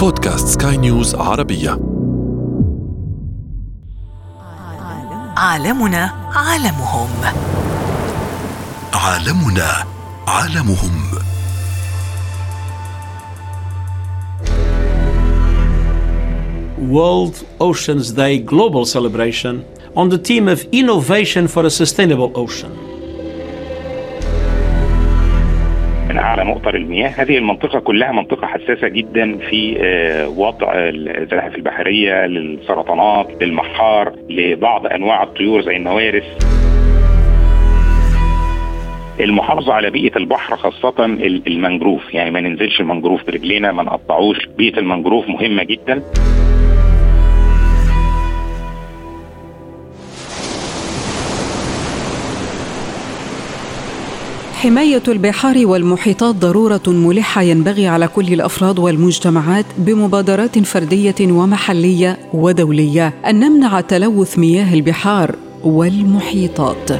بودكاست سكاي نيوز عربية عالمنا عالمهم عالمنا عالمهم World Oceans Day global celebration on the theme of innovation for a sustainable ocean. من اعلى مؤطر المياه هذه المنطقه كلها منطقه حساسه جدا في آه، وضع الزلاحف البحريه للسرطانات للمحار لبعض انواع الطيور زي النوارس المحافظة على بيئة البحر خاصة ال- المنجروف يعني ما ننزلش المنجروف برجلينا ما نقطعوش بيئة المنجروف مهمة جدا حماية البحار والمحيطات ضرورة ملحة ينبغي على كل الأفراد والمجتمعات بمبادرات فردية ومحلية ودولية أن نمنع تلوث مياه البحار والمحيطات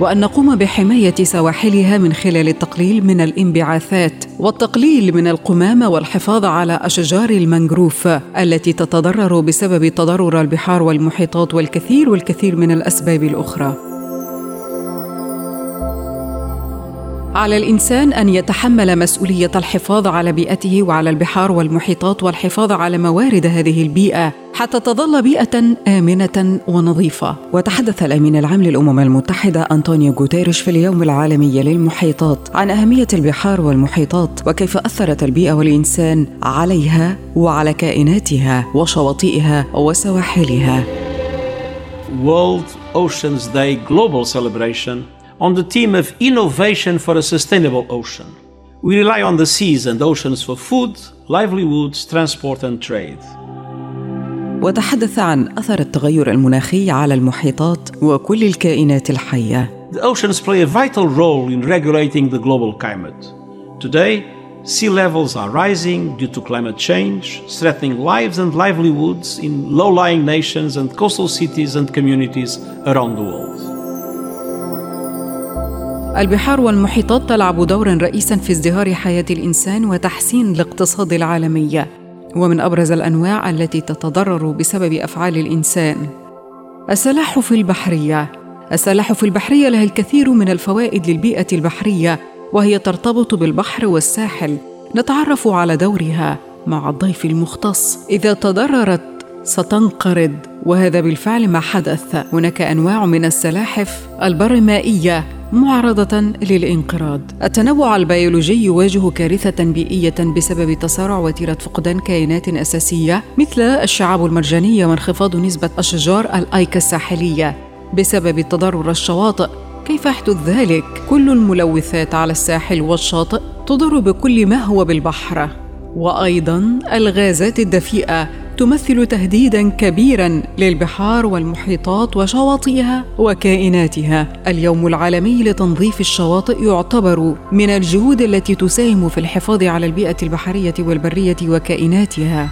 وأن نقوم بحماية سواحلها من خلال التقليل من الانبعاثات والتقليل من القمامة والحفاظ على أشجار المنجروف التي تتضرر بسبب تضرر البحار والمحيطات والكثير والكثير من الأسباب الأخرى على الإنسان أن يتحمل مسؤولية الحفاظ على بيئته وعلى البحار والمحيطات والحفاظ على موارد هذه البيئة حتى تظل بيئة آمنة ونظيفة. وتحدث الأمين العام للأمم المتحدة أنطونيو غوتيريش في اليوم العالمي للمحيطات عن أهمية البحار والمحيطات وكيف أثرت البيئة والإنسان عليها وعلى كائناتها وشواطئها وسواحلها. World Oceans Day global celebration on the theme of innovation for a sustainable ocean. We rely on the seas and oceans for food, livelihoods, transport, and trade. وتحدث عن أثر التغير المناخي على المحيطات وكل الكائنات الحية. The oceans play a vital role in regulating the global climate. Today, sea levels are rising due to climate change, threatening lives and livelihoods in low lying nations and coastal cities and communities around the world. البحار والمحيطات تلعب دورا رئيسا في ازدهار حياه الانسان وتحسين الاقتصاد العالمي ومن ابرز الانواع التي تتضرر بسبب افعال الانسان السلاحف البحريه السلاحف البحريه لها الكثير من الفوائد للبيئه البحريه وهي ترتبط بالبحر والساحل نتعرف على دورها مع الضيف المختص اذا تضررت ستنقرض وهذا بالفعل ما حدث هناك انواع من السلاحف البرمائيه معرضه للانقراض التنوع البيولوجي يواجه كارثه بيئيه بسبب تسارع وتيره فقدان كائنات اساسيه مثل الشعاب المرجانيه وانخفاض نسبه اشجار الايكا الساحليه بسبب تضرر الشواطئ كيف يحدث ذلك كل الملوثات على الساحل والشاطئ تضر بكل ما هو بالبحر وايضا الغازات الدفيئه تمثل تهديدا كبيرا للبحار والمحيطات وشواطئها وكائناتها اليوم العالمي لتنظيف الشواطئ يعتبر من الجهود التي تساهم في الحفاظ على البيئه البحريه والبريه وكائناتها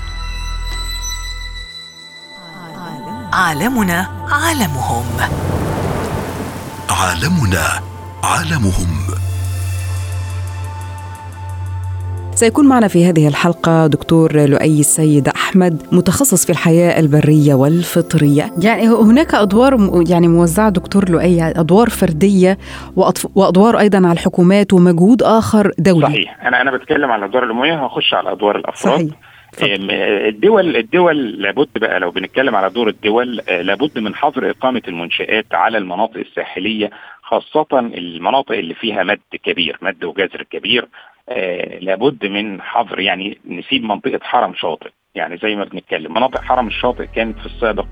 عالمنا عالمهم عالمنا عالمهم سيكون معنا في هذه الحلقة دكتور لؤي السيد أحمد متخصص في الحياة البرية والفطرية يعني هناك أدوار م- يعني موزعة دكتور لؤي يعني أدوار فردية وأطف- وأدوار أيضا على الحكومات ومجهود آخر دولي صحيح انا انا بتكلم على ادوار المياه هخش على ادوار الافراد صحيح اتفضل. أم، إيه، الدول الدول لابد بقى لو بنتكلم على دور الدول آه، لابد من حظر اقامه المنشات على المناطق الساحليه خاصه المناطق اللي فيها مد كبير مد وجزر كبير آه، لابد من حظر يعني نسيب منطقه حرم شاطئ يعني زي ما بنتكلم مناطق حرم الشاطئ كانت في السابق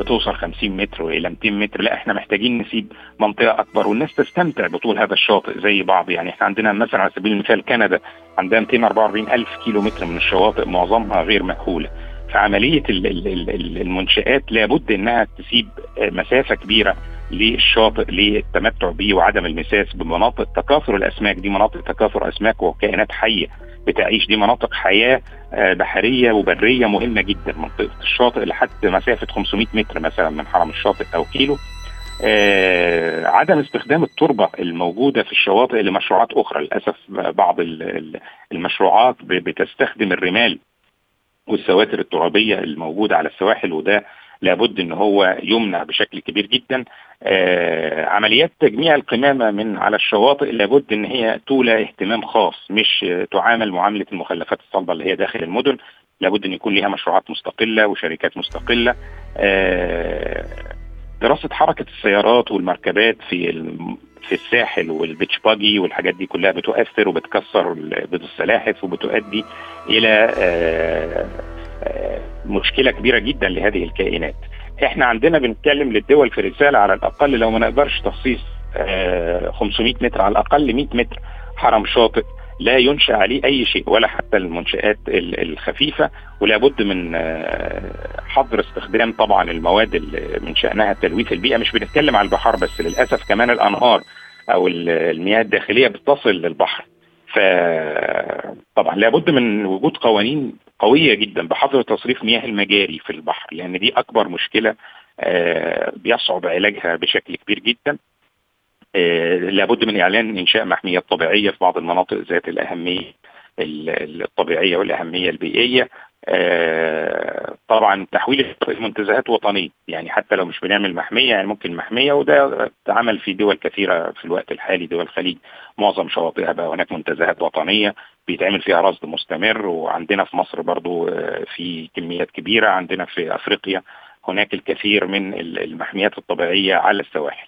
بتوصل 50 متر والى 200 متر لا احنا محتاجين نسيب منطقه اكبر والناس تستمتع بطول هذا الشاطئ زي بعض يعني احنا عندنا مثلا على سبيل المثال كندا عندها 244 ألف كيلو متر من الشواطئ معظمها غير مأهولة فعملية ال- ال- ال- ال- المنشآت لابد أنها تسيب آه، مسافة كبيرة للشاطئ للتمتع به وعدم المساس بمناطق تكاثر الأسماك دي مناطق تكاثر أسماك وكائنات حية بتعيش دي مناطق حياة آه، بحرية وبرية مهمة جدا منطقة الشاطئ لحد مسافة 500 متر مثلا من حرم الشاطئ أو كيلو آه، عدم استخدام التربة الموجودة في الشواطئ لمشروعات آه، أخرى للأسف بعض ال- ال- المشروعات ب- بتستخدم الرمال والسواتر الترابيه الموجوده على السواحل وده لابد ان هو يمنع بشكل كبير جدا آه عمليات تجميع القمامه من على الشواطئ لابد ان هي تولى اهتمام خاص مش آه، تعامل معامله المخلفات الصلبه اللي هي داخل المدن لابد ان يكون ليها مشروعات مستقله وشركات مستقله آه دراسه حركه السيارات والمركبات في الم- في الساحل والبيتش باجي والحاجات دي كلها بتؤثر وبتكسر ال- بيض السلاحف وبتؤدي الى آه، آه، مشكله كبيره جدا لهذه الكائنات. احنا عندنا بنتكلم للدول في رساله على الاقل لو ما نقدرش تخصيص آه، 500 متر على الاقل 100 متر حرم شاطئ لا ينشا عليه اي شيء ولا حتى المنشات ال- الخفيفه ولا بد من آه، حظر استخدام طبعا المواد اللي من شانها تلويث البيئه مش بنتكلم على البحار بس للاسف كمان الانهار او ال- المياه الداخليه بتصل للبحر فطبعا لابد من وجود قوانين قويه جدا بحظر تصريف مياه المجاري في البحر لان دي اكبر مشكله آه، بيصعب علاجها بشكل كبير جدا آه، لابد من اعلان انشاء محميات طبيعيه في بعض المناطق ذات الاهميه ال- الطبيعيه والاهميه البيئيه آه، طبعا تحويل الشاطئ لمنتزهات وطنيه يعني حتى لو مش بنعمل محميه يعني ممكن محميه وده اتعمل في دول كثيره في الوقت الحالي دول الخليج معظم شواطئها بقى هناك منتزهات وطنيه بيتعمل فيها رصد مستمر وعندنا في مصر برضو آه، في كميات كبيره عندنا في افريقيا هناك الكثير من ال- المحميات الطبيعيه على السواحل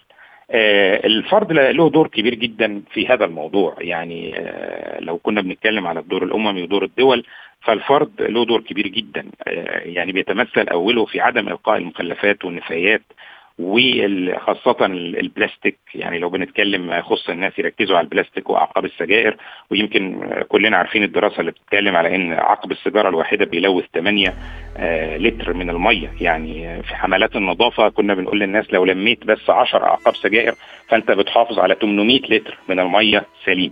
آه، الفرد له دور كبير جدا في هذا الموضوع يعني آه، لو كنا بنتكلم على الدور الاممي ودور الدول فالفرد له دور كبير جدا آه، يعني بيتمثل اوله في عدم القاء المخلفات والنفايات وخاصة البلاستيك يعني لو بنتكلم يخص الناس يركزوا على البلاستيك وأعقاب السجائر ويمكن آه، كلنا عارفين الدراسة اللي بتتكلم على إن عقب السيجارة الواحدة بيلوث 8 آه، لتر من المية يعني آه، في حملات النظافة كنا بنقول للناس لو لميت بس 10 أعقاب سجائر فأنت بتحافظ على 800 لتر من المية سليم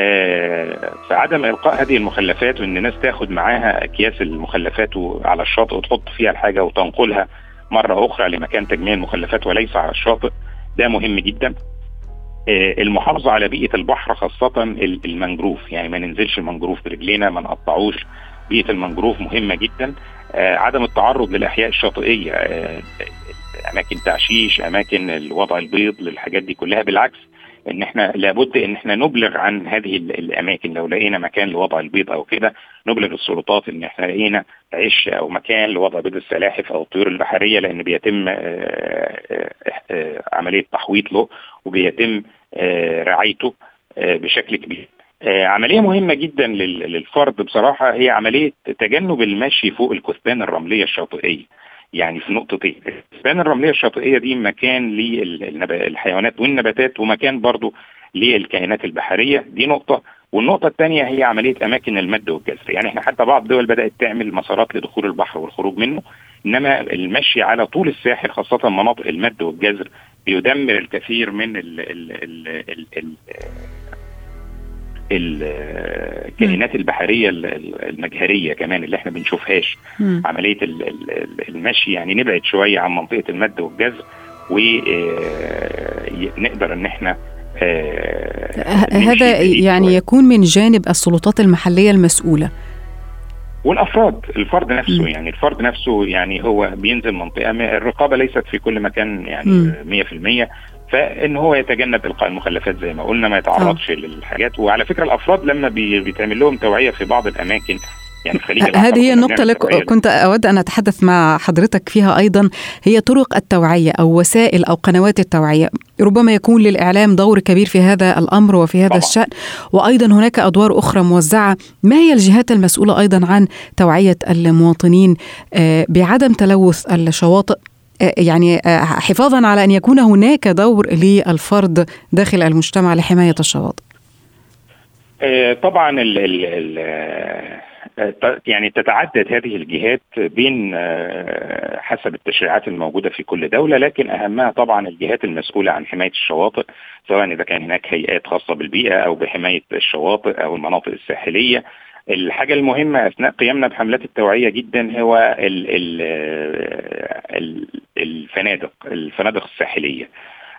آه، فعدم القاء هذه المخلفات وان الناس تاخد معاها اكياس المخلفات و- على الشاطئ وتحط فيها الحاجه وتنقلها مره اخرى لمكان تجميع المخلفات وليس على الشاطئ ده مهم جدا آه، المحافظه على بيئه البحر خاصه ال- المنجروف يعني ما ننزلش المنجروف برجلينا ما نقطعوش بيئه المنجروف مهمه جدا آه، عدم التعرض للاحياء الشاطئيه آه، اماكن تعشيش اماكن الوضع البيض للحاجات دي كلها بالعكس ان احنا لابد ان احنا نبلغ عن هذه ال- الاماكن لو لقينا مكان لوضع البيض او كده نبلغ السلطات ان احنا لقينا عش او مكان لوضع بيض السلاحف او الطيور البحريه لان بيتم آه، آه، آه، عمليه تحويط له وبيتم آه، رعايته آه، بشكل كبير آه، عملية مهمة جدا لل- للفرد بصراحة هي عملية تجنب المشي فوق الكثبان الرملية الشاطئية يعني في نقطتين الكثبان الرملية الشاطئية دي مكان للحيوانات والنباتات ومكان برضو للكائنات البحرية دي نقطة والنقطة الثانية هي عملية أماكن المد والجزر يعني احنا حتى بعض الدول بدأت تعمل مسارات لدخول البحر والخروج منه إنما المشي على طول الساحل خاصة مناطق المد والجزر بيدمر الكثير من ال ال ال ال ال الكائنات البحريه ال- ال- المجهريه كمان اللي احنا بنشوفهاش مم. عمليه ال- ال- ال- المشي يعني نبعد شويه عن منطقه المد آه، والجزر ونقدر ان احنا آه، ه- نمشي هذا بعيد يعني شوية. يكون من جانب السلطات المحلية المسؤولة والافراد الفرد نفسه مم. يعني الفرد نفسه يعني هو بينزل منطقه ما- الرقابه ليست في كل مكان مم. يعني 100% فان هو يتجنب القاء المخلفات زي ما قلنا ما آه. يتعرضش للحاجات وعلى فكره الافراد لما بي- بيتعمل لهم توعيه في بعض الاماكن يعني في خليج ه- العقبة أه، هذه هي كنا النقطة بنعمل لك توعية كنت أود أن أتحدث مع حضرتك فيها أيضا هي طرق التوعية أو وسائل أو قنوات التوعية ربما يكون للإعلام دور كبير في هذا الأمر وفي هذا طبعاً. الشأن وأيضا هناك أدوار أخرى موزعة ما هي الجهات المسؤولة أيضا عن توعية المواطنين آه، بعدم تلوث الشواطئ آه، يعني آه، حفاظا على أن يكون هناك دور للفرد داخل المجتمع لحماية الشواطئ آه، طبعا ال ال ال آه، ت- يعني تتعدد هذه الجهات بين آه، حسب التشريعات الموجوده في كل دوله لكن اهمها طبعا الجهات المسؤوله عن حمايه الشواطئ سواء اذا كان هناك هيئات خاصه بالبيئه او بحمايه الشواطئ او المناطق الساحليه الحاجه المهمه اثناء قيامنا بحملات التوعيه جدا هو ال ال آه، ال الفنادق الفنادق الساحليه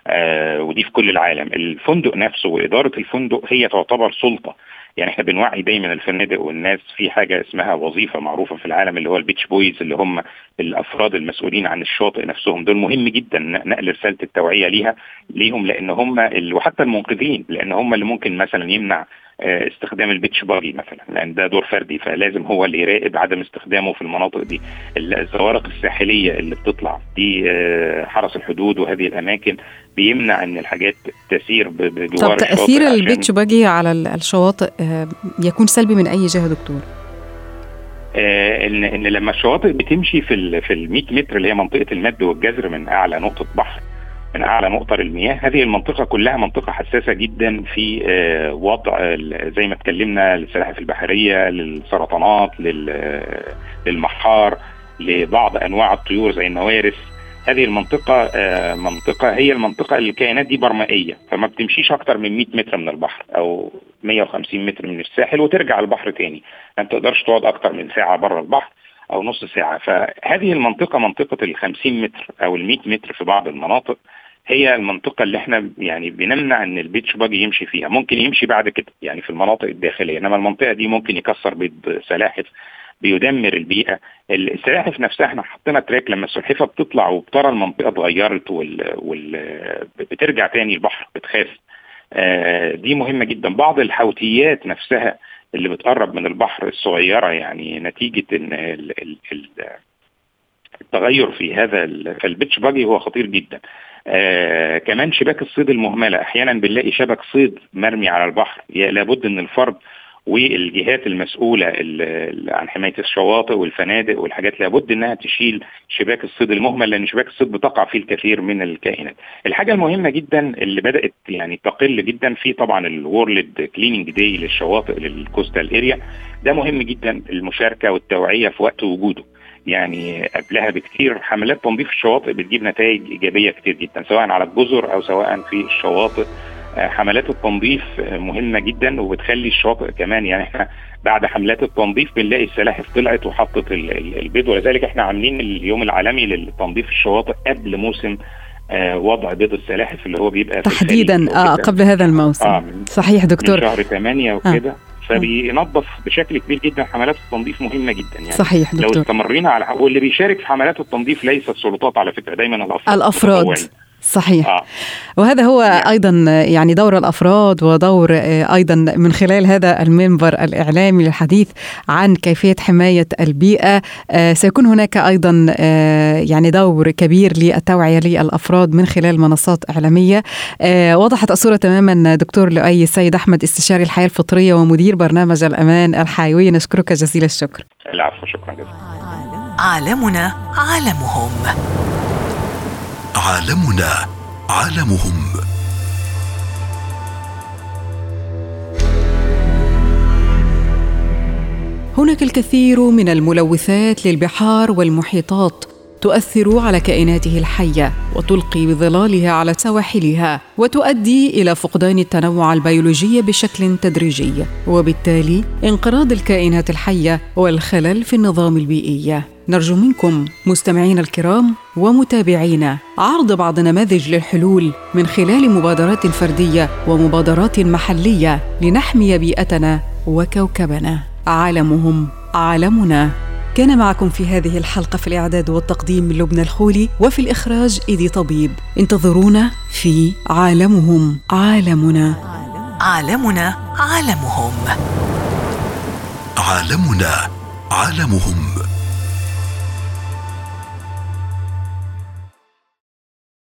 آه، ودي في كل العالم الفندق نفسه وإدارة الفندق هي تعتبر سلطة يعني احنا بنوعي دايما الفنادق والناس في حاجه اسمها وظيفه معروفه في العالم اللي هو البيتش بويز اللي هم الافراد المسؤولين عن الشاطئ نفسهم دول مهم جدا نقل رساله التوعيه ليها ليهم لان هم ال- وحتى المنقذين لان هم اللي ممكن مثلا يمنع آه، استخدام البيتش باجي مثلا لان ده دور فردي فلازم هو اللي يراقب عدم استخدامه في المناطق دي ال- الزوارق الساحليه اللي بتطلع دي آه، حرس الحدود وهذه الاماكن بيمنع ان الحاجات تسير ب- بجوار طب الشاطئ تأثير عشان- البيتش باجي على ال- الشواطئ آه، يكون سلبي من أي جهة دكتور؟ آه، ان ان لما الشواطئ بتمشي في ال في ال 100 متر اللي هي منطقه المد والجزر من اعلى نقطه بحر من اعلى نقطه للمياه هذه المنطقه كلها منطقه حساسه جدا في آه، وضع ال- زي ما اتكلمنا للسلاحف البحريه للسرطانات لل- آه، للمحار لبعض انواع الطيور زي النوارس هذه المنطقة آه، منطقة هي المنطقة اللي الكائنات دي برمائية فما بتمشيش أكتر من 100 متر من البحر أو 150 متر من الساحل وترجع البحر تاني ما تقدرش تقعد اكتر من ساعه بره البحر او نص ساعه فهذه المنطقه منطقه ال 50 متر او ال 100 متر في بعض المناطق هي المنطقة اللي احنا يعني بنمنع ان البيتش باجي يمشي فيها، ممكن يمشي بعد كده يعني في المناطق الداخلية، انما المنطقة دي ممكن يكسر بيض سلاحف بيدمر البيئة، السلاحف نفسها احنا حطينا تراك لما السلحفة بتطلع وبترى المنطقة اتغيرت وال... وال... بترجع تاني البحر بتخاف. آه، دي مهمة جدا، بعض الحوتيات نفسها اللي بتقرب من البحر الصغيره يعني نتيجه ان ال- ال- ال- التغير في هذا ال- فالبيتش باجي هو خطير جدا آه كمان شباك الصيد المهمله احيانا بنلاقي شبك صيد مرمي على البحر يا- لابد ان الفرد والجهات المسؤوله ال- ال- عن حمايه الشواطئ والفنادق والحاجات لابد انها تشيل شباك الصيد المهمل لان شباك الصيد بتقع فيه الكثير من الكائنات. الحاجه المهمه جدا اللي بدات يعني تقل جدا في طبعا الورلد كليننج داي للشواطئ للكوستال اريا ده مهم جدا المشاركه والتوعيه في وقت وجوده. يعني قبلها بكتير حملات تنظيف الشواطئ بتجيب نتائج ايجابيه كتير جدا سواء على الجزر او سواء في الشواطئ آه، حملات التنظيف آه، مهمه جدا وبتخلي الشواطئ كمان يعني احنا بعد حملات التنظيف بنلاقي السلاحف طلعت وحطت ال- ال- البيض ولذلك احنا عاملين اليوم العالمي للتنظيف الشواطئ قبل موسم آه، وضع بيض السلاحف اللي هو بيبقى في الخليج تحديدا آه وكده. قبل هذا الموسم آه، من- صحيح من دكتور آه. شهر 8 وكده فبينظف بشكل كبير جدا حملات التنظيف مهمه جدا يعني صحيح لو دكتور استمرينا على حق- واللي بيشارك في حملات التنظيف ليس السلطات على فكره دايما الافراد الأفراد متطوعين. صحيح اه وهذا هو نعم. ايضا يعني دور الافراد ودور آه، ايضا من خلال هذا المنبر الاعلامي للحديث عن كيفيه حمايه البيئه آه، سيكون هناك ايضا آه، يعني دور كبير للتوعيه للافراد من خلال منصات اعلاميه آه، وضحت الصوره تماما دكتور لؤي السيد احمد استشاري الحياه الفطريه ومدير برنامج الامان الحيوي نشكرك جزيل الشكر العفو شكرا جزيلا عالمنا عالمهم عالمنا عالمهم هناك الكثير من الملوثات للبحار والمحيطات تؤثر على كائناته الحيه وتلقي بظلالها على سواحلها وتؤدي الى فقدان التنوع البيولوجي بشكل تدريجي وبالتالي انقراض الكائنات الحيه والخلل في النظام البيئي نرجو منكم مستمعينا الكرام ومتابعينا عرض بعض نماذج للحلول من خلال مبادرات فرديه ومبادرات محليه لنحمي بيئتنا وكوكبنا عالمهم عالمنا كان معكم في هذه الحلقه في الاعداد والتقديم من لبنى الخولي وفي الاخراج ايدي طبيب انتظرونا في عالمهم عالمنا عالمنا عالمهم عالمنا عالمهم